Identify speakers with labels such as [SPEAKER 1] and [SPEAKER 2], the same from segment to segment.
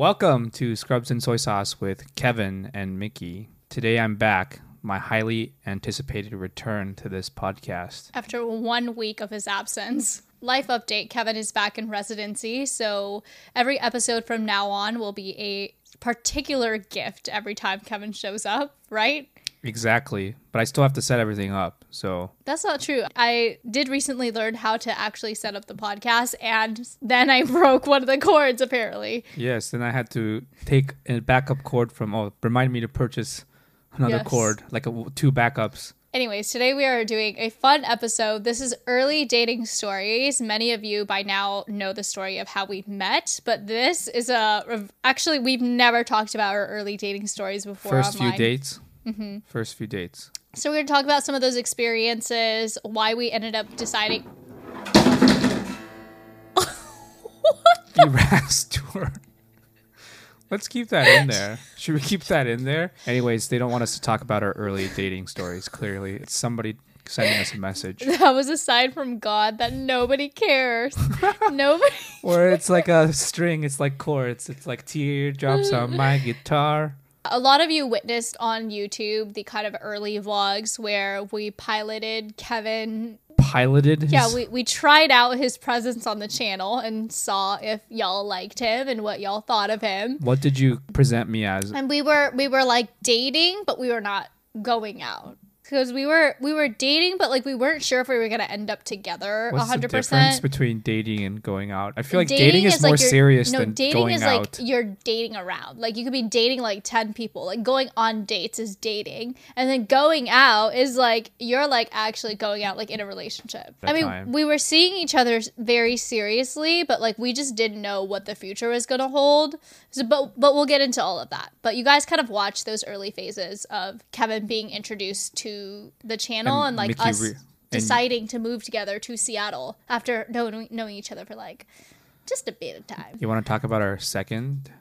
[SPEAKER 1] Welcome to Scrubs and Soy Sauce with Kevin and Mickey. Today I'm back, my highly anticipated return to this podcast.
[SPEAKER 2] After one week of his absence. Life update Kevin is back in residency, so every episode from now on will be a particular gift every time Kevin shows up, right?
[SPEAKER 1] Exactly, but I still have to set everything up. So,
[SPEAKER 2] That's not true. I did recently learn how to actually set up the podcast, and then I broke one of the cords apparently.
[SPEAKER 1] yes, then I had to take a backup cord from, oh, remind me to purchase another
[SPEAKER 2] Yes.
[SPEAKER 1] cord, like a, two backups.
[SPEAKER 2] Anyways, today we are doing a fun episode. This is early dating stories. Many of you by now know the story of how we met, but this is a actually we've never talked about our early dating stories before.
[SPEAKER 1] First
[SPEAKER 2] online.
[SPEAKER 1] few dates. First few dates.
[SPEAKER 2] So we're gonna talk about some of those experiences, why we ended up deciding.
[SPEAKER 1] You rasped her. Let's keep that in there. Should we keep that in there? Anyways, they don't want us to talk about our early dating stories. Clearly, it's somebody sending us a message,
[SPEAKER 2] That was a sign from God that nobody cares. nobody.
[SPEAKER 1] or it's like a string. It's like chords. It's like teardrops on my guitar.
[SPEAKER 2] A lot of you witnessed on YouTube the kind of early vlogs where we piloted Kevin
[SPEAKER 1] Piloted. His,
[SPEAKER 2] Yeah, we, we tried out his presence on the channel and saw if y'all liked him and what y'all thought of him.
[SPEAKER 1] What did you present me as?
[SPEAKER 2] And we were we were like dating, but we were not going out. Because we were we were dating, but like we weren't sure if we were gonna end up together
[SPEAKER 1] What's the
[SPEAKER 2] hundred
[SPEAKER 1] difference
[SPEAKER 2] percent.
[SPEAKER 1] between dating and going out? I feel like dating, is, more
[SPEAKER 2] you're-
[SPEAKER 1] serious
[SPEAKER 2] no,
[SPEAKER 1] than
[SPEAKER 2] dating
[SPEAKER 1] going
[SPEAKER 2] is
[SPEAKER 1] out.
[SPEAKER 2] like you're dating around. Like you could be dating like ten people. Like going on dates is dating, and then going out is like you're like actually going out like in a relationship.
[SPEAKER 1] That
[SPEAKER 2] I mean,
[SPEAKER 1] time.
[SPEAKER 2] we were seeing each other s- very seriously, but like we just didn't know what the future was gonna hold. So, but but we'll get into all of that. But you guys kind of watched those early phases of Kevin being introduced to the channel
[SPEAKER 1] And
[SPEAKER 2] and, like
[SPEAKER 1] Mickey
[SPEAKER 2] us.
[SPEAKER 1] re- and-
[SPEAKER 2] Deciding to move together to Seattle after knowing, knowing each other for like just a bit of time.
[SPEAKER 1] you want to talk about our second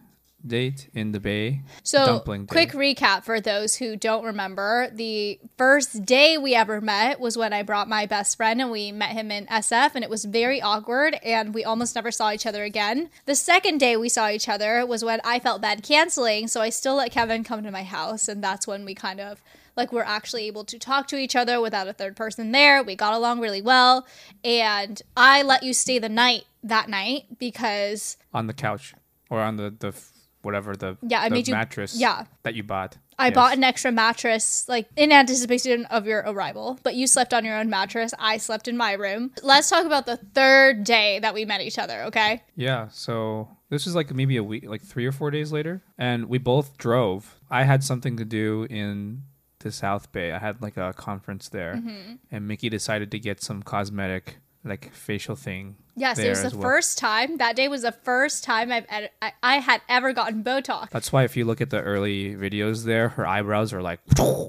[SPEAKER 1] date in the bay?
[SPEAKER 2] So,
[SPEAKER 1] Dumpling Day.
[SPEAKER 2] quick recap for those who don't remember the first day we ever met was when I brought my best friend and we met him in SF, and it was very awkward, and we almost never saw each other again. The second day we saw each other was when I felt bad canceling, so I still let Kevin come to my house, and that's when we kind of like we're actually able to talk to each other without a third person there. We got along really well, and I let you stay the night that night because
[SPEAKER 1] on the couch or on the the f- whatever the
[SPEAKER 2] Yeah, I
[SPEAKER 1] the
[SPEAKER 2] made you-
[SPEAKER 1] mattress
[SPEAKER 2] yeah.
[SPEAKER 1] that you bought.
[SPEAKER 2] I
[SPEAKER 1] Yes.
[SPEAKER 2] bought an extra mattress, like in anticipation of your arrival, but you slept on your own mattress. I slept in my room. Let's talk about the third day that we met each other, okay?
[SPEAKER 1] yeah. So this was like maybe a week, like three or four days later, and we both drove. I had something to do in the South Bay. I had like a conference there,
[SPEAKER 2] Mm-hmm.
[SPEAKER 1] and Mickey decided to get some cosmetic like facial thing.
[SPEAKER 2] Yes, it
[SPEAKER 1] there
[SPEAKER 2] was the
[SPEAKER 1] as well.
[SPEAKER 2] first time. That day was the first time I've ed- I, I had ever gotten Botox.
[SPEAKER 1] That's why if you look at the early videos there, her eyebrows are like.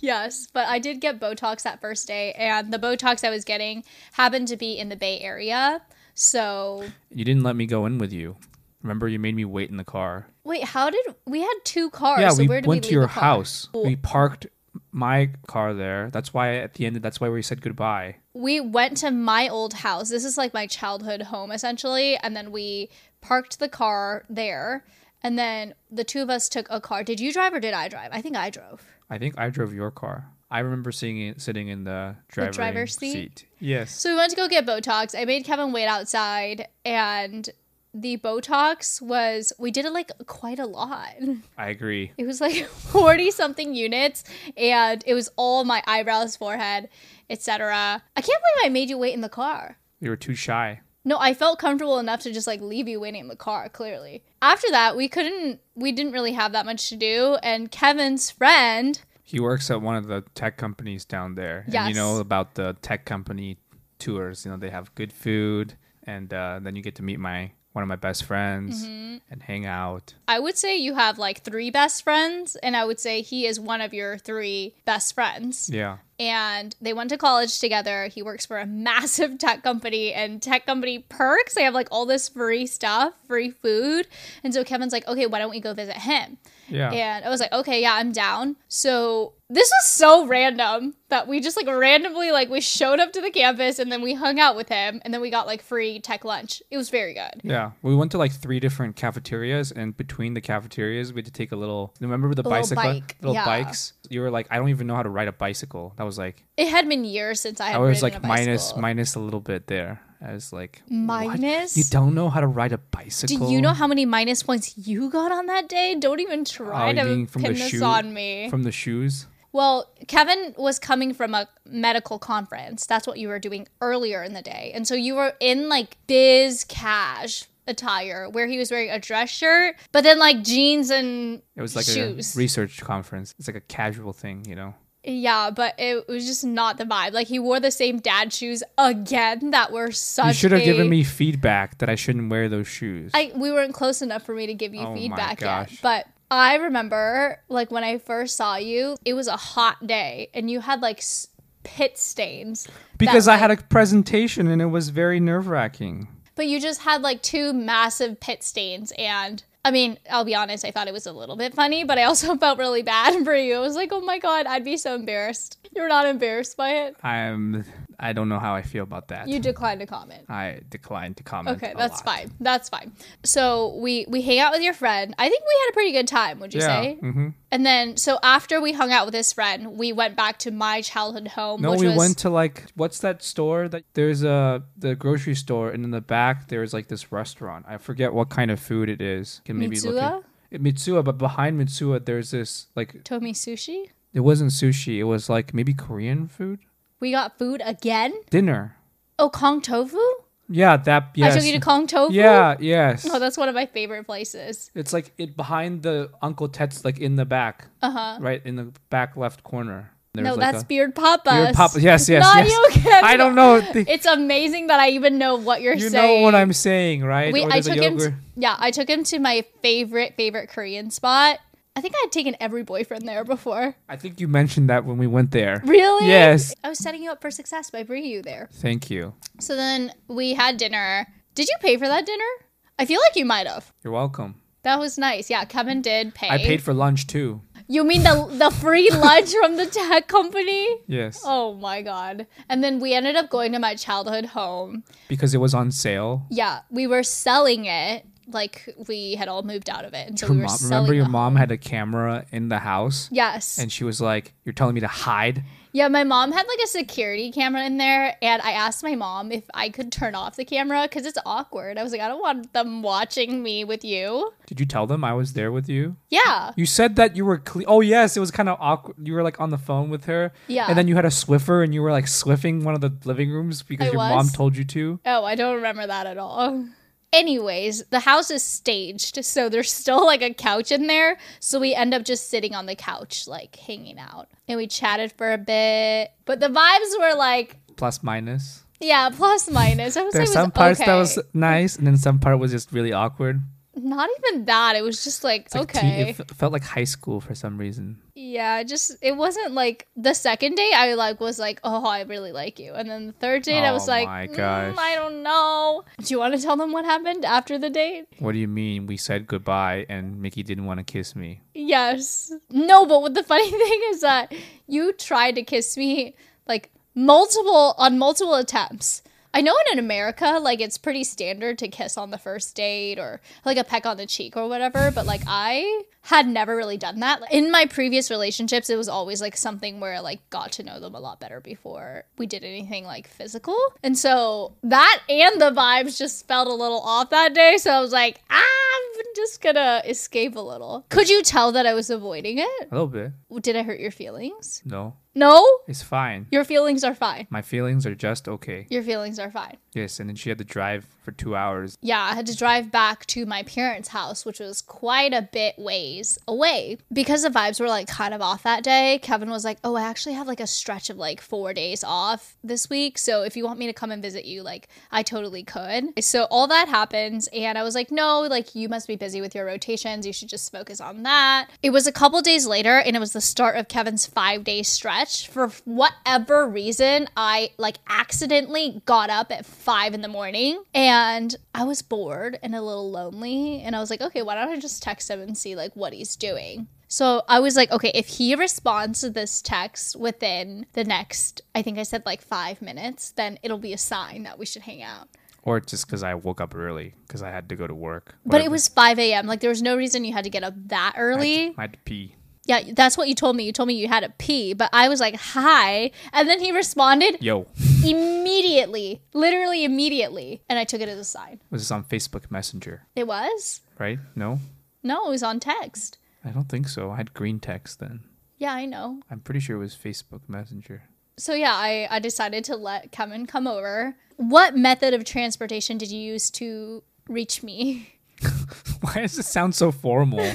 [SPEAKER 2] Yes, but I did get Botox that first day, and the Botox I was getting happened to be in the Bay Area. So
[SPEAKER 1] You didn't let me go in with you. Remember, you made me wait in the car.
[SPEAKER 2] wait, how did we had two cars?
[SPEAKER 1] Yeah,
[SPEAKER 2] so
[SPEAKER 1] we
[SPEAKER 2] where did
[SPEAKER 1] went
[SPEAKER 2] we
[SPEAKER 1] to
[SPEAKER 2] leave
[SPEAKER 1] your
[SPEAKER 2] a car?
[SPEAKER 1] house. We parked my car there. That's why at the end, that's why we said goodbye.
[SPEAKER 2] we went to my old house. This is like my childhood home essentially, and then we parked the car there. And then the two of us took a car. Did you drive or did I drive? I think I drove.
[SPEAKER 1] I think I drove your car. I remember seeing it sitting in the, driver's
[SPEAKER 2] driver's
[SPEAKER 1] seat.
[SPEAKER 2] seat?
[SPEAKER 1] Yes.
[SPEAKER 2] So we went to go get Botox. I made Kevin wait outside, and the Botox was, we did it like quite a lot.
[SPEAKER 1] I agree.
[SPEAKER 2] It was like 40 something units, and it was all my eyebrows, forehead, etc. I can't believe I made you wait in the car.
[SPEAKER 1] You were too shy.
[SPEAKER 2] No, I felt comfortable enough to just like leave you waiting in the car, clearly. After that, we couldn't, we didn't really have that much to do. And Kevin's friend,
[SPEAKER 1] He works at one of the tech companies down there. And you
[SPEAKER 2] Yes.
[SPEAKER 1] know about the tech company tours. You know, they have good food. And uh, then you get to meet my one of my best friends
[SPEAKER 2] Mm-hmm.
[SPEAKER 1] and hang out.
[SPEAKER 2] I would say you have like three best friends, and I would say he is one of your three best friends.
[SPEAKER 1] Yeah.
[SPEAKER 2] and they went to college together. He works for a massive tech company and tech company perks. They have like all this free stuff, free food. And so Kevin's like, okay, why don't we go visit him?
[SPEAKER 1] Yeah.
[SPEAKER 2] And I was like, okay, yeah, I'm down. So this was so random that we just like randomly like we showed up to the campus and then we hung out with him and then we got like free tech lunch. It was very good.
[SPEAKER 1] Yeah, we went to like three different cafeterias, and between the cafeterias, we had to take a little. Remember the
[SPEAKER 2] little
[SPEAKER 1] bicycle,
[SPEAKER 2] bike,
[SPEAKER 1] little
[SPEAKER 2] yeah.
[SPEAKER 1] bikes. You were like, I don't even know how to ride a bicycle. That was like,
[SPEAKER 2] It had been years since I had
[SPEAKER 1] I was
[SPEAKER 2] ridden
[SPEAKER 1] like
[SPEAKER 2] a
[SPEAKER 1] minus
[SPEAKER 2] bicycle.
[SPEAKER 1] minus a little bit there. I was like, what?
[SPEAKER 2] Minus?
[SPEAKER 1] You don't know how to ride a bicycle?
[SPEAKER 2] Do you know how many minus points you got on that day? Don't even try
[SPEAKER 1] you
[SPEAKER 2] to
[SPEAKER 1] mean from the
[SPEAKER 2] pin this
[SPEAKER 1] shoe-
[SPEAKER 2] on me.
[SPEAKER 1] from the shoes?
[SPEAKER 2] well, Kevin was coming from a medical conference. That's what you were doing earlier in the day. And so you were in like biz cash attire where he was wearing a dress shirt, but then like jeans and
[SPEAKER 1] It was like
[SPEAKER 2] shoes.
[SPEAKER 1] a research conference. It's like a casual thing, you know.
[SPEAKER 2] yeah, but it was just not the vibe. Like he wore the same dad shoes again that were such
[SPEAKER 1] You should have
[SPEAKER 2] a-
[SPEAKER 1] given me feedback that I shouldn't wear those shoes.
[SPEAKER 2] I we weren't close enough for me to give you
[SPEAKER 1] Oh my
[SPEAKER 2] feedback yet.
[SPEAKER 1] gosh.
[SPEAKER 2] But I remember like when I first saw you, it was a hot day and you had like s- pit stains. that,
[SPEAKER 1] because I
[SPEAKER 2] like-
[SPEAKER 1] had a presentation and it was very nerve wracking.
[SPEAKER 2] But you just had like two massive pit stains and I mean, I'll be honest, I thought it was a little bit funny, but I also felt really bad for you. I was like, "Oh my god, I'd be so embarrassed." You're not embarrassed by it.
[SPEAKER 1] I'm. I don't know how I feel about that.
[SPEAKER 2] You declined to comment.
[SPEAKER 1] I declined to comment.
[SPEAKER 2] Okay,
[SPEAKER 1] a lot.
[SPEAKER 2] that's fine. That's fine. So we we hang out with your friend. I think we had a pretty good time. Would you
[SPEAKER 1] Yeah,
[SPEAKER 2] say? Mm-hmm. And then so after we hung out with this friend, we went back to my childhood home.
[SPEAKER 1] No,
[SPEAKER 2] which
[SPEAKER 1] we
[SPEAKER 2] was,
[SPEAKER 1] went to like what's that store that there's a the grocery store and in the back there's like this restaurant. I forget what kind of food it is. Can maybe
[SPEAKER 2] Mitsuya?
[SPEAKER 1] look at Mitsuya, but behind Mitsuya there's this like
[SPEAKER 2] Tomi Sushi.
[SPEAKER 1] it wasn't sushi. It was like maybe Korean food
[SPEAKER 2] We got food again.
[SPEAKER 1] dinner.
[SPEAKER 2] Oh, Kong Tofu.
[SPEAKER 1] Yeah, that yes.
[SPEAKER 2] I took you to Kong Tofu.
[SPEAKER 1] yeah, yes.
[SPEAKER 2] Oh, that's one of my favorite places.
[SPEAKER 1] it's like it behind the Uncle Tet's like in the back,
[SPEAKER 2] Uh huh.
[SPEAKER 1] right in the back left corner. There's
[SPEAKER 2] No,
[SPEAKER 1] like
[SPEAKER 2] that's
[SPEAKER 1] a-
[SPEAKER 2] Beard Papa's.
[SPEAKER 1] Beard Papa- Yes, yes,
[SPEAKER 2] Not
[SPEAKER 1] yes.
[SPEAKER 2] you, Ken.
[SPEAKER 1] I don't know. The-
[SPEAKER 2] It's amazing that I even know what you're
[SPEAKER 1] you
[SPEAKER 2] saying.
[SPEAKER 1] know what I'm saying, right?
[SPEAKER 2] We,
[SPEAKER 1] Or
[SPEAKER 2] I
[SPEAKER 1] there's a
[SPEAKER 2] took him.
[SPEAKER 1] yogurt-
[SPEAKER 2] To, yeah, I took him to my favorite favorite Korean spot. I think I had taken every boyfriend there before.
[SPEAKER 1] I think you mentioned that when we went there.
[SPEAKER 2] Really?
[SPEAKER 1] Yes.
[SPEAKER 2] I was setting you up for success by bringing you there.
[SPEAKER 1] Thank you.
[SPEAKER 2] So then we had dinner. Did you pay for that dinner? I feel like you might have.
[SPEAKER 1] You're welcome.
[SPEAKER 2] That was nice. Yeah, Kevin did pay.
[SPEAKER 1] I paid for lunch too.
[SPEAKER 2] You mean the the free lunch from the tech company?
[SPEAKER 1] Yes.
[SPEAKER 2] Oh my god. And then we ended up going to my childhood home.
[SPEAKER 1] Because it was on sale.
[SPEAKER 2] Yeah, we were selling it like we had all moved out of it. And so
[SPEAKER 1] Your
[SPEAKER 2] we were
[SPEAKER 1] mom,
[SPEAKER 2] selling
[SPEAKER 1] remember your
[SPEAKER 2] the-
[SPEAKER 1] mom had a camera in the house
[SPEAKER 2] Yes.
[SPEAKER 1] and she was like, You're telling me to hide?
[SPEAKER 2] Yeah, my mom had like a security camera in there, and I asked my mom if I could turn off the camera because it's awkward. I was like, I don't want them watching me with you.
[SPEAKER 1] Did you tell them I was there with you?
[SPEAKER 2] Yeah.
[SPEAKER 1] You said that you were cle- Oh yes, it was kind of awkward. You were like on the phone with her.
[SPEAKER 2] Yeah.
[SPEAKER 1] And then you had a Swiffer and you were like swiffing one of the living rooms because
[SPEAKER 2] I
[SPEAKER 1] your mom
[SPEAKER 2] was.
[SPEAKER 1] told you to.
[SPEAKER 2] Oh, I don't remember that at all. Anyways, the house is staged, so there's still like a couch in there. So we end up just sitting on the couch, like hanging out. And we chatted for a bit. But the vibes were like,
[SPEAKER 1] Plus minus.
[SPEAKER 2] yeah, plus minus. I was like,
[SPEAKER 1] There's some parts
[SPEAKER 2] okay.
[SPEAKER 1] that was nice, and then some part was just really awkward.
[SPEAKER 2] not even that. It was just like,
[SPEAKER 1] It's like teen-
[SPEAKER 2] okay.
[SPEAKER 1] it f- felt like high school for some reason.
[SPEAKER 2] Yeah, just it wasn't like the second date I like was like, oh, I really like you, and then the third date I
[SPEAKER 1] Oh
[SPEAKER 2] was like,
[SPEAKER 1] my
[SPEAKER 2] mm,
[SPEAKER 1] gosh.
[SPEAKER 2] I don't know. Do you want to tell them what happened after the date?
[SPEAKER 1] What do you mean we said goodbye and Mickey didn't want to kiss me?
[SPEAKER 2] Yes. No, but what the funny thing is that you tried to kiss me like multiple on multiple attempts. I know in America, like it's pretty standard to kiss on the first date or like a peck on the cheek or whatever, but like I had never really done that. In my previous relationships, it was always like something where I like got to know them a lot better before we did anything like physical. And so that and the vibes just felt a little off that day. So I was like, "Ah, I'm just gonna escape a little. Could you tell that I was avoiding it?
[SPEAKER 1] A little bit.
[SPEAKER 2] Did I hurt your feelings?
[SPEAKER 1] No,
[SPEAKER 2] No,
[SPEAKER 1] it's fine.
[SPEAKER 2] your feelings are fine.
[SPEAKER 1] My feelings are just okay.
[SPEAKER 2] Your feelings are fine.
[SPEAKER 1] Yes, and then she had to drive for two hours.
[SPEAKER 2] Yeah, I had to drive back to my parents' house, which was quite a bit ways away. Because the vibes were like kind of off that day, Kevin was like, Oh, I actually have like a stretch of like four days off this week. So if you want me to come and visit you, like I totally could. So all that happens. And I was like, No, like you must be busy with your rotations. You should just focus on that. It was a couple days later and it was the start of Kevin's five day stretch. For whatever reason, I like accidentally got up at five in the morning and I was bored and a little lonely. And I was like, okay, why don't I just text him and see like what he's doing? So I was like, okay, if he responds to this text within the next, I think I said like five minutes, then it'll be a sign that we should hang out.
[SPEAKER 1] Or just because I woke up early because I had to go to work.
[SPEAKER 2] But it
[SPEAKER 1] whatever.
[SPEAKER 2] was 5 a.m. Like there was no reason you had to get up that early.
[SPEAKER 1] I had to pee.
[SPEAKER 2] Yeah, that's what you told me. You told me you had a pee, but I was like, hi. And then he responded
[SPEAKER 1] Yo,
[SPEAKER 2] immediately, literally immediately. And I took it as a sign.
[SPEAKER 1] was this on Facebook Messenger?
[SPEAKER 2] It was?
[SPEAKER 1] Right? No,
[SPEAKER 2] No, it was on text.
[SPEAKER 1] I don't think so. I had green text then.
[SPEAKER 2] Yeah, I know.
[SPEAKER 1] I'm pretty sure it was Facebook Messenger.
[SPEAKER 2] So yeah, I, I decided to let Kevin come over. What method of transportation did you use to reach me?
[SPEAKER 1] Why does it sound so formal?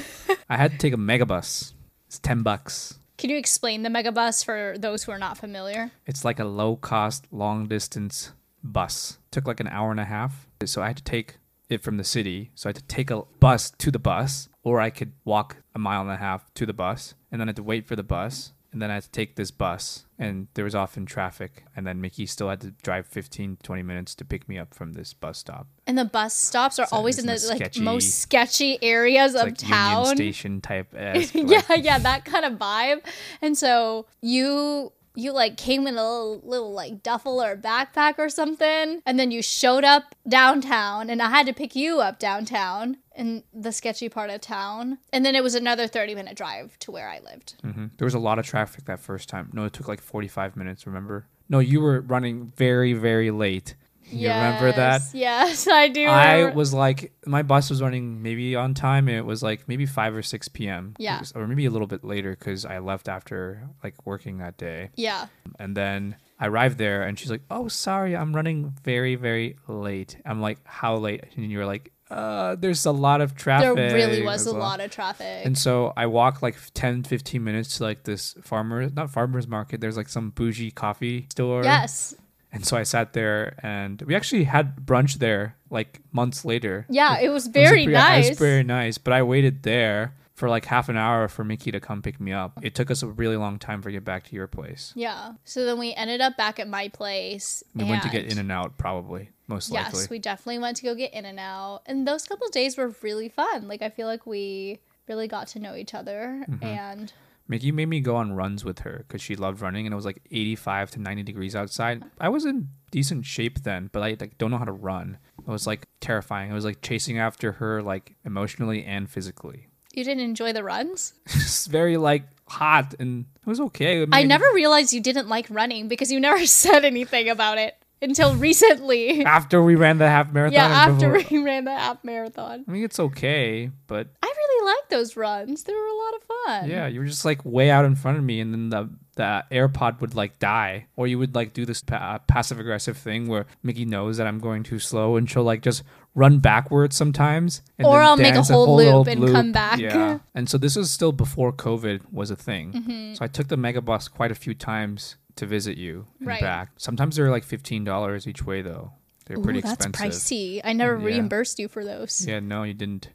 [SPEAKER 1] I had to take a megabus. It's ten bucks.
[SPEAKER 2] Can you explain the megabus for those who are not familiar?
[SPEAKER 1] It's like a low cost, long distance bus. Took like an hour and a half. So I had to take it from the city. So I had to take a bus to the bus, or I could walk a mile and a half to the bus, and then I had to wait for the bus. And then I had to take this bus, and there was often traffic. And then Mickey still had to drive 15, 20 minutes to pick me up from this bus stop.
[SPEAKER 2] And the bus stops are always in the
[SPEAKER 1] it's in
[SPEAKER 2] like
[SPEAKER 1] the
[SPEAKER 2] most sketchy areas of
[SPEAKER 1] like Union
[SPEAKER 2] town.
[SPEAKER 1] Station type. esque,
[SPEAKER 2] yeah, yeah, that kind of vibe. And so you you like came in a little, little like duffel or backpack or something, and then you showed up downtown, and I had to pick you up downtown in the sketchy part of town, and then it was another thirty minute drive to where I lived.
[SPEAKER 1] hmm There was a lot of traffic that first time. No, it took like 45 minutes, remember? No, you were running very, very late. You remember that?
[SPEAKER 2] Yes, Yes, I do.
[SPEAKER 1] I
[SPEAKER 2] remember-
[SPEAKER 1] was like, my bus was running maybe on time, and it was like maybe 5 or 6 p.m.
[SPEAKER 2] Yeah.
[SPEAKER 1] 'cause- Or maybe a little bit later because I left after like working that day.
[SPEAKER 2] yeah.
[SPEAKER 1] And then I arrived there, and she's like, oh, sorry, I'm running very, very late. I'm like, how late? And you were like, uh, there's a lot of
[SPEAKER 2] There
[SPEAKER 1] traffic.
[SPEAKER 2] really was a
[SPEAKER 1] There's
[SPEAKER 2] lot of traffic.
[SPEAKER 1] and so I walked like 10, 15 minutes to like this farmer, not farmer's market. There's like some bougie coffee store.
[SPEAKER 2] yes.
[SPEAKER 1] And so I sat there and we actually had brunch there like months later.
[SPEAKER 2] Yeah, it was
[SPEAKER 1] It was
[SPEAKER 2] very
[SPEAKER 1] pretty-
[SPEAKER 2] nice.
[SPEAKER 1] It was very nice. But I waited there for like half an hour for Mickey to come pick me up. It took us a really long time to get back to your place.
[SPEAKER 2] Yeah. So then we ended up back at my place.
[SPEAKER 1] We went to get
[SPEAKER 2] and-
[SPEAKER 1] in and out probably, most
[SPEAKER 2] Yes,
[SPEAKER 1] likely.
[SPEAKER 2] we definitely went to go get in and out. And those couple days were really fun. Like I feel like we really got to know each other
[SPEAKER 1] Mm-hmm.
[SPEAKER 2] and
[SPEAKER 1] Mickey made me go on runs with her because she loved running, and it was like 85 to 90 degrees outside. I was in decent shape then, but I like don't know how to run. It was like terrifying. I was like chasing after her, like emotionally and physically.
[SPEAKER 2] you didn't enjoy the runs?
[SPEAKER 1] It's very like hot, and it was okay. mean,
[SPEAKER 2] I never realized you didn't like running because you never said anything about it until recently.
[SPEAKER 1] after we ran the half marathon.
[SPEAKER 2] yeah,
[SPEAKER 1] and
[SPEAKER 2] after
[SPEAKER 1] before-
[SPEAKER 2] we ran the app marathon.
[SPEAKER 1] I mean, it's okay, but
[SPEAKER 2] I really liked those runs. They were a lot of fun.
[SPEAKER 1] yeah, you were just like way out in front of me, and then the the AirPod would like die, or you would like do this pa- passive aggressive thing where Mickey knows that I'm going too slow, and she'll like just run backwards sometimes, and
[SPEAKER 2] Or
[SPEAKER 1] then
[SPEAKER 2] I'll make a
[SPEAKER 1] dance
[SPEAKER 2] whole loop
[SPEAKER 1] old
[SPEAKER 2] and come back.
[SPEAKER 1] Yeah, and so this was still before COVID was a thing,
[SPEAKER 2] Mm-hmm.
[SPEAKER 1] so I took the megabus quite a few times to visit you and
[SPEAKER 2] Right.
[SPEAKER 1] back. Sometimes they were like fifteen dollars each way though; they're
[SPEAKER 2] Ooh,
[SPEAKER 1] pretty
[SPEAKER 2] that's
[SPEAKER 1] expensive.
[SPEAKER 2] pricey. I never
[SPEAKER 1] Yeah.
[SPEAKER 2] reimbursed you for those.
[SPEAKER 1] Yeah, no, you didn't.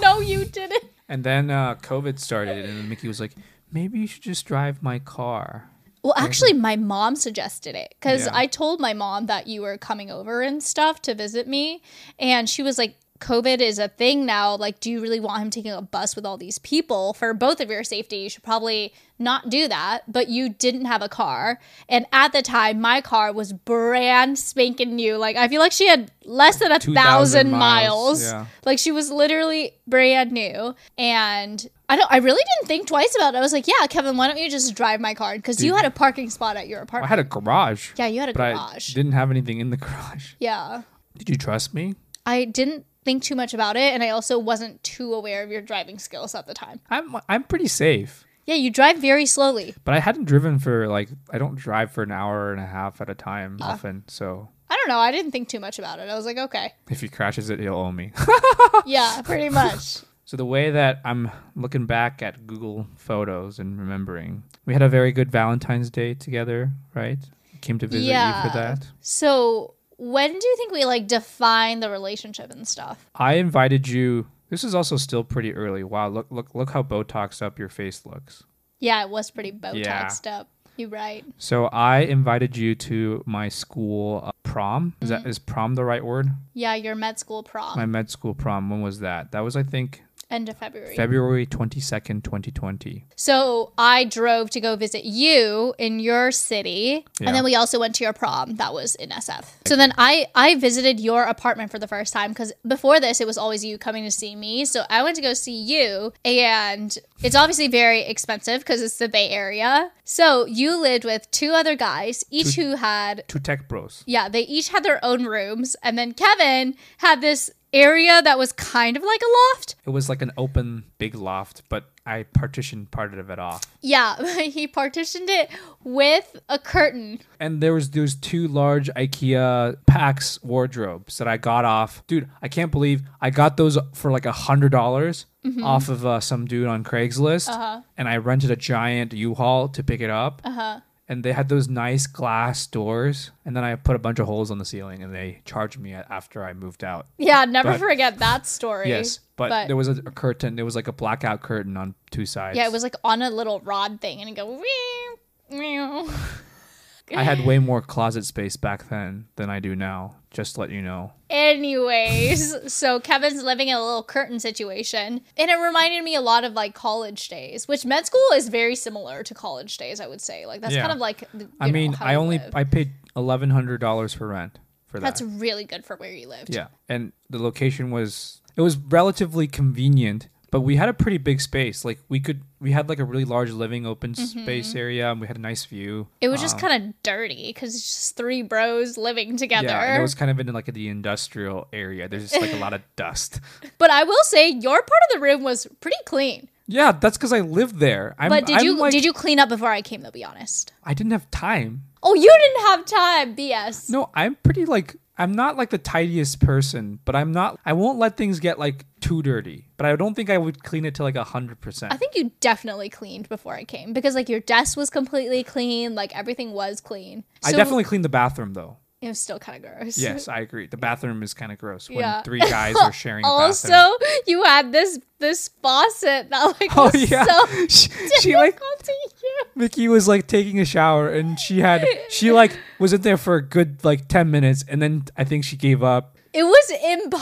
[SPEAKER 2] No, you didn't.
[SPEAKER 1] And then uh, COVID started, and then Mickey was like, "Maybe you should just drive my car."
[SPEAKER 2] Well, actually, my mom suggested it because
[SPEAKER 1] Yeah.
[SPEAKER 2] I told my mom that you were coming over and stuff to visit me. And she was like, COVID is a thing now. Like, do you really want him taking a bus with all these people for both of your safety? You should probably not do that. But you didn't have a car. And at the time, my car was brand spanking new. Like, I feel like she had less than a
[SPEAKER 1] 2,000
[SPEAKER 2] thousand
[SPEAKER 1] miles.
[SPEAKER 2] miles.
[SPEAKER 1] Yeah.
[SPEAKER 2] Like she was literally brand new, and I don't. I really didn't think twice about it. I was like, "Yeah, Kevin, why don't you just drive my car? Because you had a parking spot at your
[SPEAKER 1] I
[SPEAKER 2] apartment.
[SPEAKER 1] had a garage.
[SPEAKER 2] yeah, you had a
[SPEAKER 1] but
[SPEAKER 2] garage.
[SPEAKER 1] I didn't have anything in the garage.
[SPEAKER 2] yeah,
[SPEAKER 1] Did you trust me?
[SPEAKER 2] I didn't think too much about it, and I also wasn't too aware of your driving skills at the time.
[SPEAKER 1] I'm I'm pretty safe,
[SPEAKER 2] Yeah, you drive very slowly. Ah.
[SPEAKER 1] but I hadn't driven for like I don't drive for an hour and a half at a time often, so
[SPEAKER 2] I don't know. I didn't think too much about it. I was like, okay.
[SPEAKER 1] If he crashes it, he'll owe me.
[SPEAKER 2] Yeah, pretty much.
[SPEAKER 1] So the way that I'm looking back at Google Photos and remembering, we had a very good Valentine's Day together, right? Came to visit you
[SPEAKER 2] Yeah.
[SPEAKER 1] for that.
[SPEAKER 2] So when do you think we like define the relationship and stuff?
[SPEAKER 1] I invited you. This is also still pretty early. Wow, look look look how botoxed up your face looks.
[SPEAKER 2] Yeah, it was pretty Botoxed
[SPEAKER 1] Yeah.
[SPEAKER 2] up. You right.
[SPEAKER 1] So I invited you to my school uh, prom. Is that is prom the right word?
[SPEAKER 2] Yeah, your med school prom.
[SPEAKER 1] My med school prom. When was that? That was I think
[SPEAKER 2] End of February.
[SPEAKER 1] February 22nd, 2020.
[SPEAKER 2] so I drove to go visit you in your city.
[SPEAKER 1] Yeah.
[SPEAKER 2] And then we also went to your prom. That was in SF. So then I I visited your apartment for the first time because before this it was always you coming to see me. So I went to go see you and it's obviously very expensive because it's the Bay Area. So you lived with two other guys, each who had
[SPEAKER 1] Two tech bros.
[SPEAKER 2] Yeah, they each had their own rooms. And then Kevin had this area that was kind of like a loft.
[SPEAKER 1] It was like an open big loft, but I partitioned part of it off.
[SPEAKER 2] Yeah, he partitioned it with a curtain.
[SPEAKER 1] and there was those two large IKEA packs wardrobes that I got off. Dude, I can't believe I got those for like a hundred dollars
[SPEAKER 2] Mm-hmm.
[SPEAKER 1] off of uh, some dude on Craigslist,
[SPEAKER 2] Uh-huh.
[SPEAKER 1] and I rented a giant U-Haul to pick it up. Uh-huh. And they had those nice glass doors, and then I put a bunch of holes on the ceiling, and they charged me a- after I moved out.
[SPEAKER 2] Yeah, never
[SPEAKER 1] But-
[SPEAKER 2] forget that story.
[SPEAKER 1] Yes, but, there was a, a curtain. There was like a blackout curtain on two sides.
[SPEAKER 2] yeah, it was like on a little rod thing and it go meow, meow.
[SPEAKER 1] I had way more closet space back then than I do now. Just to let you know.
[SPEAKER 2] Anyways, so Kevin's living in a little curtain situation, and it reminded me a lot of like college days, which med school is very similar to college days. I would say like that's
[SPEAKER 1] Yeah.
[SPEAKER 2] kind of like the- you
[SPEAKER 1] I
[SPEAKER 2] know,
[SPEAKER 1] mean,
[SPEAKER 2] how
[SPEAKER 1] I
[SPEAKER 2] you
[SPEAKER 1] only
[SPEAKER 2] live.
[SPEAKER 1] I paid eleven hundred dollars for rent for that.
[SPEAKER 2] That's really good for where you lived.
[SPEAKER 1] yeah, and the location was it was relatively convenient, but we had a pretty big space. Like we could we had like a really large living open
[SPEAKER 2] Mm-hmm.
[SPEAKER 1] space area, and we had a nice view.
[SPEAKER 2] It was just kind of dirty because it's just three bros living together.
[SPEAKER 1] Um, yeah, and it was kind of in like the industrial area. There's just like a lot of dust.
[SPEAKER 2] but I will say your part of the room was pretty clean.
[SPEAKER 1] Yeah, that's because I lived there. I'm,
[SPEAKER 2] But did
[SPEAKER 1] I'm
[SPEAKER 2] you
[SPEAKER 1] like-
[SPEAKER 2] did you clean up before I came? Though, be honest.
[SPEAKER 1] I didn't have time.
[SPEAKER 2] Oh, you didn't have time. BS.
[SPEAKER 1] No, I'm pretty like I'm not like the tidiest person, but I'm not. I won't let things get like too dirty. But I don't think I would clean it to like a hundred percent.
[SPEAKER 2] I think you definitely cleaned before I came because like your desk was completely clean, like everything was clean.
[SPEAKER 1] I
[SPEAKER 2] So
[SPEAKER 1] definitely cleaned the bathroom though.
[SPEAKER 2] it was still kind of gross.
[SPEAKER 1] Yes, I agree. The bathroom is kind of gross when
[SPEAKER 2] Yeah.
[SPEAKER 1] three guys are sharing a
[SPEAKER 2] Also,
[SPEAKER 1] bathroom.
[SPEAKER 2] you had this this faucet that like
[SPEAKER 1] Oh
[SPEAKER 2] was
[SPEAKER 1] yeah,
[SPEAKER 2] so
[SPEAKER 1] she, she like
[SPEAKER 2] difficult to use.
[SPEAKER 1] Mickey was like taking a shower and she had she like was in there for a good like ten minutes and then I think she gave up.
[SPEAKER 2] It was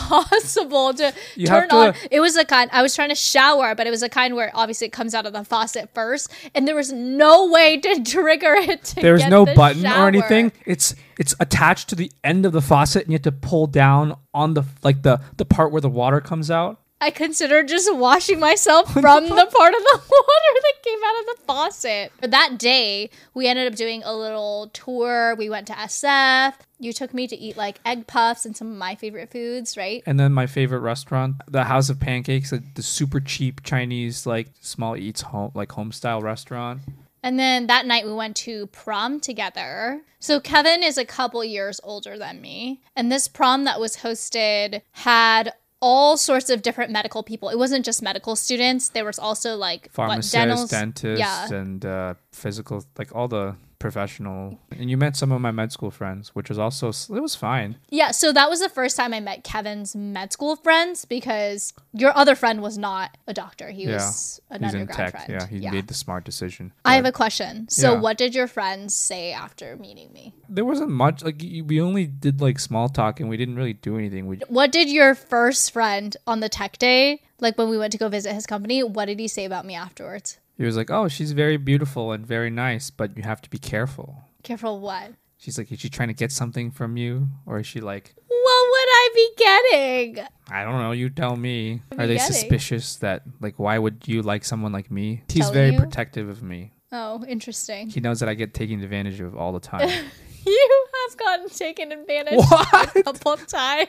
[SPEAKER 2] impossible to
[SPEAKER 1] You
[SPEAKER 2] turn
[SPEAKER 1] have to-
[SPEAKER 2] on. It was a kind. I was trying to shower, but it was a kind where obviously it comes out of the faucet first, and there was no way to trigger it. To
[SPEAKER 1] There was
[SPEAKER 2] get
[SPEAKER 1] no
[SPEAKER 2] the
[SPEAKER 1] button
[SPEAKER 2] shower.
[SPEAKER 1] or anything. It's it's attached to the end of the faucet and you have to pull down on the like the the part where the water comes out.
[SPEAKER 2] I considered just washing myself from the part of the water that came out of the faucet. But that day, we ended up doing a little tour. We went to SF. You took me to eat like egg puffs and some of my favorite foods, right?
[SPEAKER 1] And then my favorite restaurant, the House of Pancakes, the, the super cheap Chinese like small eats home like home style restaurant.
[SPEAKER 2] And then that night we went to prom together. So Kevin is a couple years older than me. And this prom that was hosted had all sorts of different medical people. It wasn't just medical students. There was also like
[SPEAKER 1] pharmacists,
[SPEAKER 2] dentals-
[SPEAKER 1] dentists,
[SPEAKER 2] Yeah.
[SPEAKER 1] and uh, physical, like all the professional. And you met some of my med school friends, which was also it was fine.
[SPEAKER 2] Yeah, so that was the first time I met Kevin's med school friends because your other friend was not a doctor. He was
[SPEAKER 1] yeah,
[SPEAKER 2] an
[SPEAKER 1] he's in
[SPEAKER 2] undergrad
[SPEAKER 1] tech.
[SPEAKER 2] friend.
[SPEAKER 1] Yeah, he made the smart decision.
[SPEAKER 2] I have a question. So
[SPEAKER 1] Yeah.
[SPEAKER 2] what did your friends say after meeting me?
[SPEAKER 1] There wasn't much. Like y- we only did like small talk, and we didn't really do anything. We
[SPEAKER 2] What did your first friend on the tech day, like when we went to go visit his company, what did he say about me afterwards?
[SPEAKER 1] he was like, "Oh, she's very beautiful and very nice, but you have to be careful."
[SPEAKER 2] Careful what?
[SPEAKER 1] She's like, "Is she trying to get something from you, or is she like?"
[SPEAKER 2] What would I be getting?
[SPEAKER 1] I don't know. You tell me.
[SPEAKER 2] What are
[SPEAKER 1] Are
[SPEAKER 2] you
[SPEAKER 1] they
[SPEAKER 2] getting?
[SPEAKER 1] suspicious that like why would you like someone like me? He's
[SPEAKER 2] Tell
[SPEAKER 1] very
[SPEAKER 2] you?
[SPEAKER 1] protective of me.
[SPEAKER 2] Oh, interesting.
[SPEAKER 1] He knows that I get taken advantage of all the time.
[SPEAKER 2] You have gotten taken advantage of
[SPEAKER 1] What?
[SPEAKER 2] a couple of times.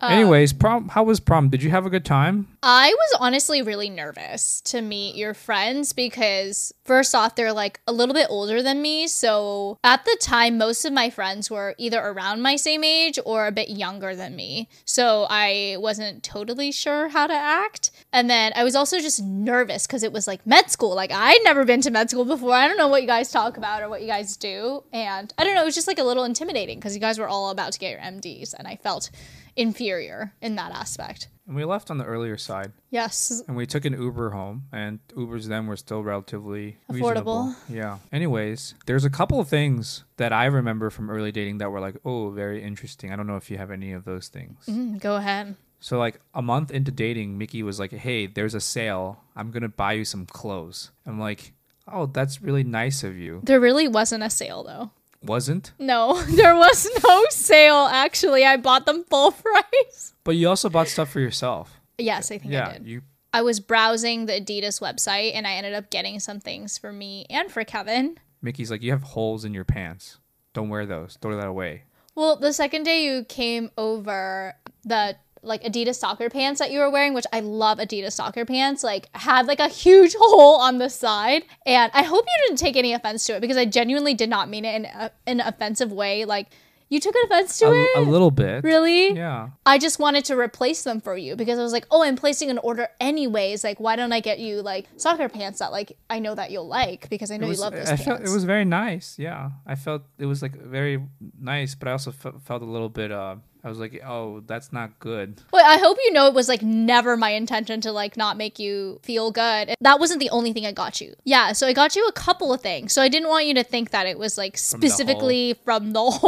[SPEAKER 1] Anyways, prom. How was prom? Did you have a good time?
[SPEAKER 2] I was honestly really nervous to meet your friends because, first off, they're like a little bit older than me. So at the time, most of my friends were either around my same age or a bit younger than me. So I wasn't totally sure how to act. And then I was also just nervous because it was like med school. Like I'd never been to med school before. I don't know what you guys talk about or what you guys do. And I don't know, it was just like a little intimidating because you guys were all about to get your MDs. And I felt inferior in that aspect.
[SPEAKER 1] And we left on the earlier side,
[SPEAKER 2] Yes.
[SPEAKER 1] and we took an Uber home, and Ubers then were still relatively
[SPEAKER 2] Affordable.
[SPEAKER 1] reasonable. Yeah. Anyways, there's a couple of things that I remember from early dating that were like, oh, very interesting. I don't know if you have any of those things.
[SPEAKER 2] Mm, go ahead.
[SPEAKER 1] So like a month into dating, Mickey was like, "Hey, there's a sale. I'm gonna buy you some clothes." I'm like, "Oh, that's really nice of you."
[SPEAKER 2] There really wasn't a sale though.
[SPEAKER 1] Wasn't,
[SPEAKER 2] No, there was no sale actually. I bought them full price.
[SPEAKER 1] but you also bought stuff for yourself.
[SPEAKER 2] Yes, I think I
[SPEAKER 1] Yeah,
[SPEAKER 2] did.
[SPEAKER 1] you.
[SPEAKER 2] I was browsing the Adidas website and I ended up getting some things for me and for Kevin.
[SPEAKER 1] Mickey's like, "You have holes in your pants. Don't wear those. Throw that away."
[SPEAKER 2] Well, the second day you came over, the like Adidas soccer pants that you were wearing, which I love Adidas soccer pants, like had like a huge hole on the side. And I hope you didn't take any offense to it because I genuinely did not mean it in a, in an offensive way. Like you took offense to
[SPEAKER 1] A,
[SPEAKER 2] it?
[SPEAKER 1] a little bit.
[SPEAKER 2] really?
[SPEAKER 1] Yeah.
[SPEAKER 2] I just wanted to replace them for you because I was like, oh, I'm placing an order anyways. Like, why don't I get you like soccer pants that like I know that you'll like because I know Oh, you love those
[SPEAKER 1] I
[SPEAKER 2] pants.
[SPEAKER 1] felt it was very nice. Yeah, I felt it was like very nice, but I also fe- felt a little bit. Uh, I was like, "Oh, that's not good."
[SPEAKER 2] Wait, I hope you know it was like never my intention to like not make you feel good. That wasn't the only thing I got you. Yeah, so I got you a couple of things. So I didn't want you to think that it was like
[SPEAKER 1] the hole.
[SPEAKER 2] specifically from the whole.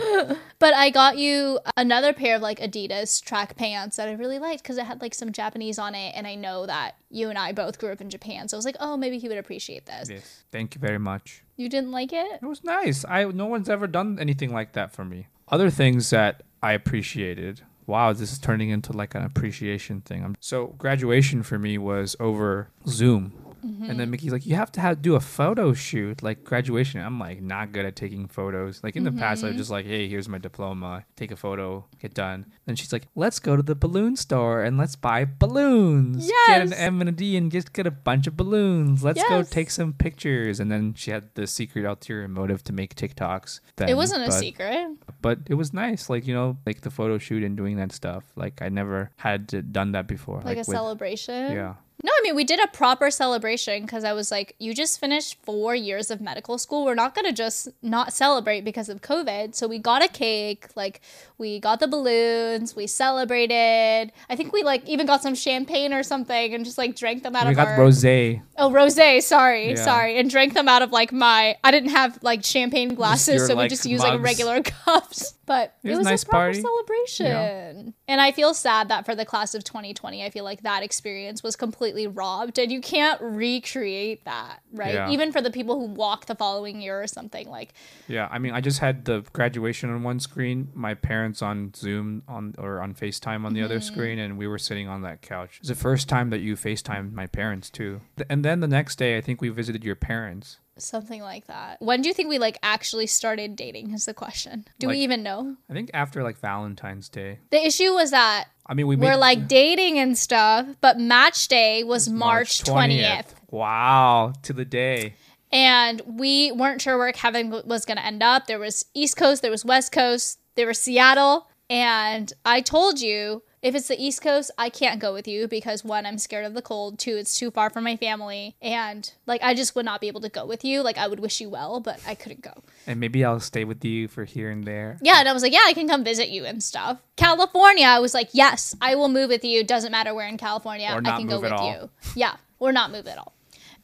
[SPEAKER 1] Oh,
[SPEAKER 2] But I got you another pair of like Adidas track pants that I really liked because it had like some Japanese on it. And I know that you and I both grew up in Japan. So I was like, oh, maybe he would appreciate this.
[SPEAKER 1] yes. Thank you very much.
[SPEAKER 2] You didn't like it?
[SPEAKER 1] It was nice. I no one's ever done anything like that for me. Other things that I appreciated. Wow, this is turning into like an appreciation thing. I'm, so graduation for me was over Zoom.
[SPEAKER 2] Mm-hmm.
[SPEAKER 1] And then Mickey's like, you have to have, do a photo shoot, like graduation. I'm like, not good at taking photos. Like in the past, I was
[SPEAKER 2] Mm-hmm.
[SPEAKER 1] just like, hey, here's my diploma. Take a photo, get done. Then she's like, let's go to the balloon store and let's buy balloons. Get an
[SPEAKER 2] Yes.
[SPEAKER 1] M and a D and just get a bunch of balloons. Let's go
[SPEAKER 2] Yes.
[SPEAKER 1] take some pictures. And then she had the secret ulterior motive to make TikToks. Then,
[SPEAKER 2] It wasn't a
[SPEAKER 1] but-
[SPEAKER 2] secret.
[SPEAKER 1] But it was nice. Like, you know, like the photo shoot and doing that stuff. Like, I never had done that before.
[SPEAKER 2] Like, a
[SPEAKER 1] with-
[SPEAKER 2] celebration.
[SPEAKER 1] Yeah.
[SPEAKER 2] No, I mean, we did a proper celebration because I was like, you just finished four years of medical school. We're not going to just not celebrate because of COVID. So we got a cake, like, we got the balloons, we celebrated. I think we, like, even got some champagne or something and just, like, drank them out
[SPEAKER 1] we
[SPEAKER 2] of
[SPEAKER 1] got
[SPEAKER 2] our.
[SPEAKER 1] rosé.
[SPEAKER 2] oh, rose. Sorry.
[SPEAKER 1] Yeah.
[SPEAKER 2] Sorry. And drank them out of, like, my. I didn't have, like, champagne glasses.
[SPEAKER 1] your,
[SPEAKER 2] So we
[SPEAKER 1] like,
[SPEAKER 2] just used, like,
[SPEAKER 1] mugs.
[SPEAKER 2] regular cups. But it
[SPEAKER 1] was
[SPEAKER 2] was,
[SPEAKER 1] a nice
[SPEAKER 2] a proper
[SPEAKER 1] party.
[SPEAKER 2] celebration. And I feel sad that for the class of 2020, I feel like that experience was completely robbed and you can't recreate that, right?
[SPEAKER 1] Yeah.
[SPEAKER 2] Even for the people who walk the following year or something like
[SPEAKER 1] Yeah, I mean, I just had the graduation on one screen, my parents on Zoom on or on FaceTime on the other
[SPEAKER 2] Mm-hmm.
[SPEAKER 1] screen, and we were sitting on that couch. It's the first time that you FaceTimed my parents too. Th- And then the next day, I think we visited your parents.
[SPEAKER 2] something like that. When do you think we like actually started dating is the question. Do
[SPEAKER 1] Like-
[SPEAKER 2] we even know?
[SPEAKER 1] I think after like Valentine's Day.
[SPEAKER 2] The issue was that
[SPEAKER 1] I mean, we
[SPEAKER 2] we're
[SPEAKER 1] made-
[SPEAKER 2] like dating and stuff, but match day was March 20th.
[SPEAKER 1] Wow, to the day.
[SPEAKER 2] and we weren't sure where Kevin w- was going to end up. There was East Coast, there was West Coast, there was Seattle, and I told you if it's the East Coast, I can't go with you because one, I'm scared of the cold, two, it's too far from my family, and like I just would not be able to go with you. Like I would wish you well, but I couldn't go.
[SPEAKER 1] And maybe I'll stay with you for here and there.
[SPEAKER 2] Yeah, and I was like, yeah, I can come visit you and stuff. California, I was like, yes, I will move with you. Doesn't matter where in California,
[SPEAKER 1] Or
[SPEAKER 2] I
[SPEAKER 1] not
[SPEAKER 2] can go
[SPEAKER 1] move
[SPEAKER 2] with
[SPEAKER 1] at all.
[SPEAKER 2] you. Yeah, or not move at all.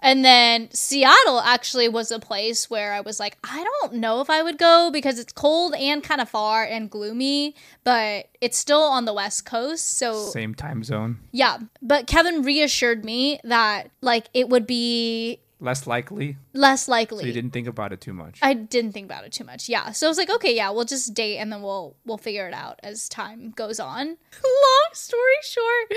[SPEAKER 2] And then Seattle actually was a place where I was like, I don't know if I would go because it's cold and kind of far and gloomy, but it's still on the West Coast. So
[SPEAKER 1] Same time zone.
[SPEAKER 2] yeah, but Kevin reassured me that like it would be
[SPEAKER 1] Less likely.
[SPEAKER 2] less likely.
[SPEAKER 1] You didn't think about it too much.
[SPEAKER 2] I didn't think about it too much. Yeah. So I was like, okay, yeah, we'll just date and then we'll we'll figure it out as time goes on. Long story short,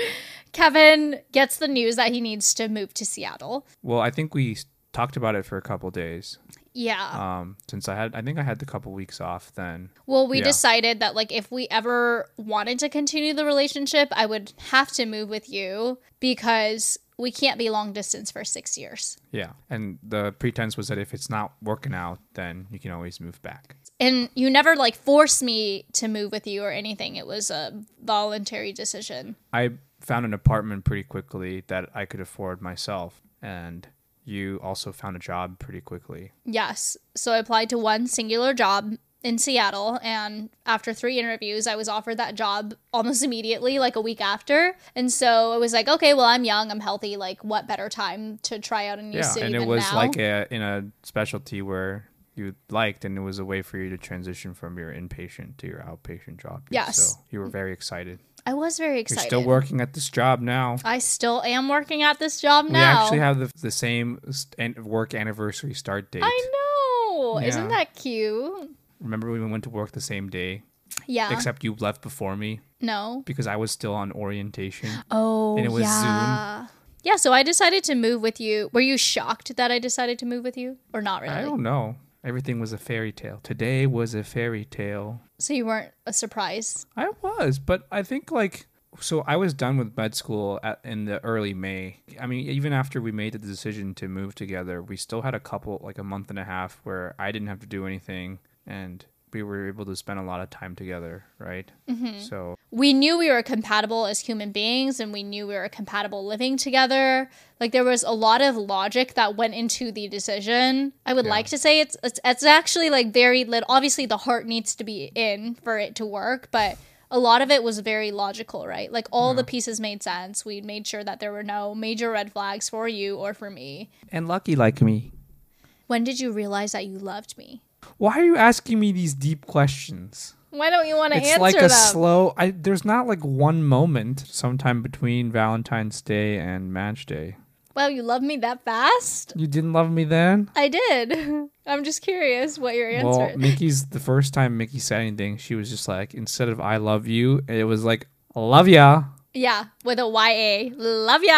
[SPEAKER 2] Kevin gets the news that he needs to move to Seattle.
[SPEAKER 1] Well, I think we s- talked about it for a couple days.
[SPEAKER 2] Yeah.
[SPEAKER 1] Um, since I had, I think I had the couple weeks off then.
[SPEAKER 2] Well, we
[SPEAKER 1] Yeah.
[SPEAKER 2] decided that like if we ever wanted to continue the relationship, I would have to move with you because we can't be long distance for 6 years.
[SPEAKER 1] Yeah, and the pretense was that if it's not working out, then you can always move back.
[SPEAKER 2] And you never like forced me to move with you or anything. It was a voluntary decision.
[SPEAKER 1] I found an apartment pretty quickly that I could afford myself, and you also found a job pretty quickly.
[SPEAKER 2] Yes. So I applied to one singular job in Seattle. And after three interviews, I was offered that job almost immediately, like a week after. And so I was like, okay, well, I'm young, I'm healthy. Like, what better time to try out a new city
[SPEAKER 1] and it
[SPEAKER 2] than
[SPEAKER 1] was
[SPEAKER 2] now?
[SPEAKER 1] like a in a specialty where you liked, and it was a way for you to transition from your inpatient to your outpatient job.
[SPEAKER 2] Yes.
[SPEAKER 1] so you were very excited.
[SPEAKER 2] I was very
[SPEAKER 1] You're
[SPEAKER 2] excited.
[SPEAKER 1] still working at this job now.
[SPEAKER 2] I still am working at this job
[SPEAKER 1] We
[SPEAKER 2] now.
[SPEAKER 1] actually have the, the same st- an- work anniversary start date.
[SPEAKER 2] I know. Isn't
[SPEAKER 1] Yeah.
[SPEAKER 2] that cute?
[SPEAKER 1] Remember when we went to work the same day,
[SPEAKER 2] Yeah.
[SPEAKER 1] except you left before me
[SPEAKER 2] no.
[SPEAKER 1] because I was still on orientation.
[SPEAKER 2] Oh,
[SPEAKER 1] And it was Zoom.
[SPEAKER 2] yeah. Yeah, so I decided to move with you. Were you shocked that I decided to move with you? Or not really?
[SPEAKER 1] I don't know. Everything was a fairy tale. Today was a fairy tale.
[SPEAKER 2] So you weren't a surprise.
[SPEAKER 1] I was, but I think like so I was done with med school at, in the early May. I mean, even after we made the decision to move together, we still had a couple like a month and a half where I didn't have to do anything and we were able to spend a lot of time together, right?
[SPEAKER 2] Mm-hmm.
[SPEAKER 1] So
[SPEAKER 2] We knew we were compatible as human beings and we knew we were compatible living together. Like there was a lot of logic that went into the decision. I would
[SPEAKER 1] Yeah.
[SPEAKER 2] like to say it's, it's it's actually like very little obviously the heart needs to be in for it to work, but a lot of it was very logical, right? Like all the pieces made sense. We made sure that there were no major red flags for you or for me.
[SPEAKER 1] and lucky like me.
[SPEAKER 2] When did you realize that you loved me?
[SPEAKER 1] Why are you asking me these deep questions?
[SPEAKER 2] Why don't you want to
[SPEAKER 1] it's
[SPEAKER 2] answer
[SPEAKER 1] like a
[SPEAKER 2] them?
[SPEAKER 1] slow I there's not like one moment sometime between Valentine's Day and match day.
[SPEAKER 2] wow, you love me that fast?
[SPEAKER 1] You didn't love me then?
[SPEAKER 2] I did. I'm just curious what your answer
[SPEAKER 1] Well, Mickey's the first time Mickey said anything, she was just like, instead of "I love you," it was like "Love ya."
[SPEAKER 2] Yeah, with a YA. Love ya.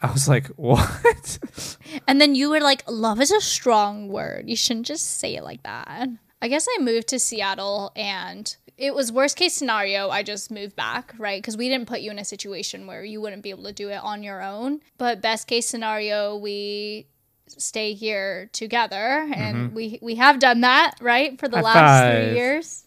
[SPEAKER 1] I was like, "What?"
[SPEAKER 2] And then you were like, love is a strong word. You shouldn't just say it like that. I guess I moved to Seattle and it was worst case scenario. I just moved back, right? Because we didn't put you in a situation where you wouldn't be able to do it on your own. But best case scenario, we stay here together and we we have done that right for the
[SPEAKER 1] Mm-hmm. High
[SPEAKER 2] last
[SPEAKER 1] five.
[SPEAKER 2] three years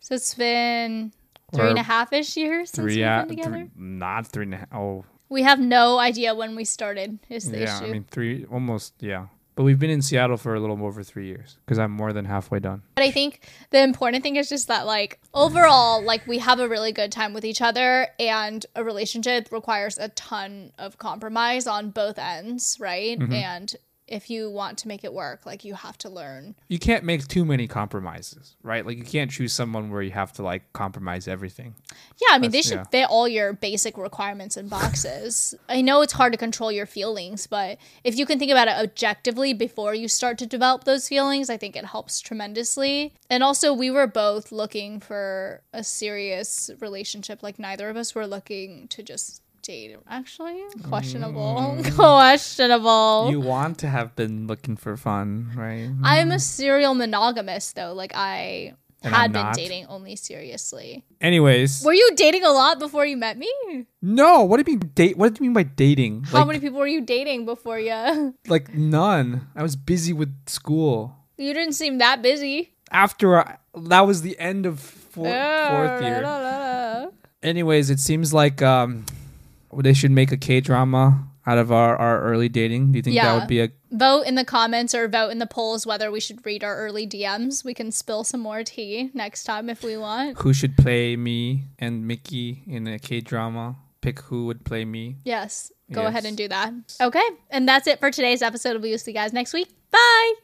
[SPEAKER 2] so it's been three
[SPEAKER 1] Or
[SPEAKER 2] and a half ish years since
[SPEAKER 1] three,
[SPEAKER 2] we've
[SPEAKER 1] uh,
[SPEAKER 2] been together
[SPEAKER 1] three, not three and a half. Oh,
[SPEAKER 2] We have no idea when we started is the
[SPEAKER 1] yeah.
[SPEAKER 2] issue.
[SPEAKER 1] I mean, three, almost, yeah. But we've been in Seattle for a little over three years because I'm more than halfway done.
[SPEAKER 2] but I think the important thing is just that like overall like we have a really good time with each other and a relationship requires a ton of compromise on both ends, right?
[SPEAKER 1] Mm-hmm.
[SPEAKER 2] And if you want to make it work, like you have to learn.
[SPEAKER 1] You can't make too many compromises, right? Like you can't choose someone where you have to like compromise everything.
[SPEAKER 2] Yeah, I mean,
[SPEAKER 1] That's-
[SPEAKER 2] they should
[SPEAKER 1] yeah.
[SPEAKER 2] fit all your basic requirements and boxes. I know it's hard to control your feelings, but if you can think about it objectively before you start to develop those feelings, I think it helps tremendously. And also, we were both looking for a serious relationship. Like, neither of us were looking to just date. Actually, questionable. questionable.
[SPEAKER 1] Mm. You want to have been looking for fun, right?
[SPEAKER 2] I'm a serial monogamist, though. Like, I.
[SPEAKER 1] And
[SPEAKER 2] had
[SPEAKER 1] I'm
[SPEAKER 2] been
[SPEAKER 1] not.
[SPEAKER 2] dating only seriously.
[SPEAKER 1] Anyways,
[SPEAKER 2] Were you dating a lot before you met me?
[SPEAKER 1] no. What do you mean date? What do you mean by dating?
[SPEAKER 2] How
[SPEAKER 1] Like-
[SPEAKER 2] many people were you dating before you?
[SPEAKER 1] like none. I was busy with school.
[SPEAKER 2] You didn't seem that busy.
[SPEAKER 1] After I, that was the end of four,
[SPEAKER 2] Oh,
[SPEAKER 1] fourth year. Anyways, it seems like um, they should make a K drama out of our, our early dating. Do you think
[SPEAKER 2] Yeah.
[SPEAKER 1] that would be a?
[SPEAKER 2] Vote in the comments or vote in the polls whether we should read our early DMs. We can spill some more tea next time if we want.
[SPEAKER 1] Who should play me and Mickey in a K drama? Pick who would play me.
[SPEAKER 2] Yes, go
[SPEAKER 1] Yes.
[SPEAKER 2] ahead and do that. Okay, and that's it for today's episode. We'll see you guys next week. Bye.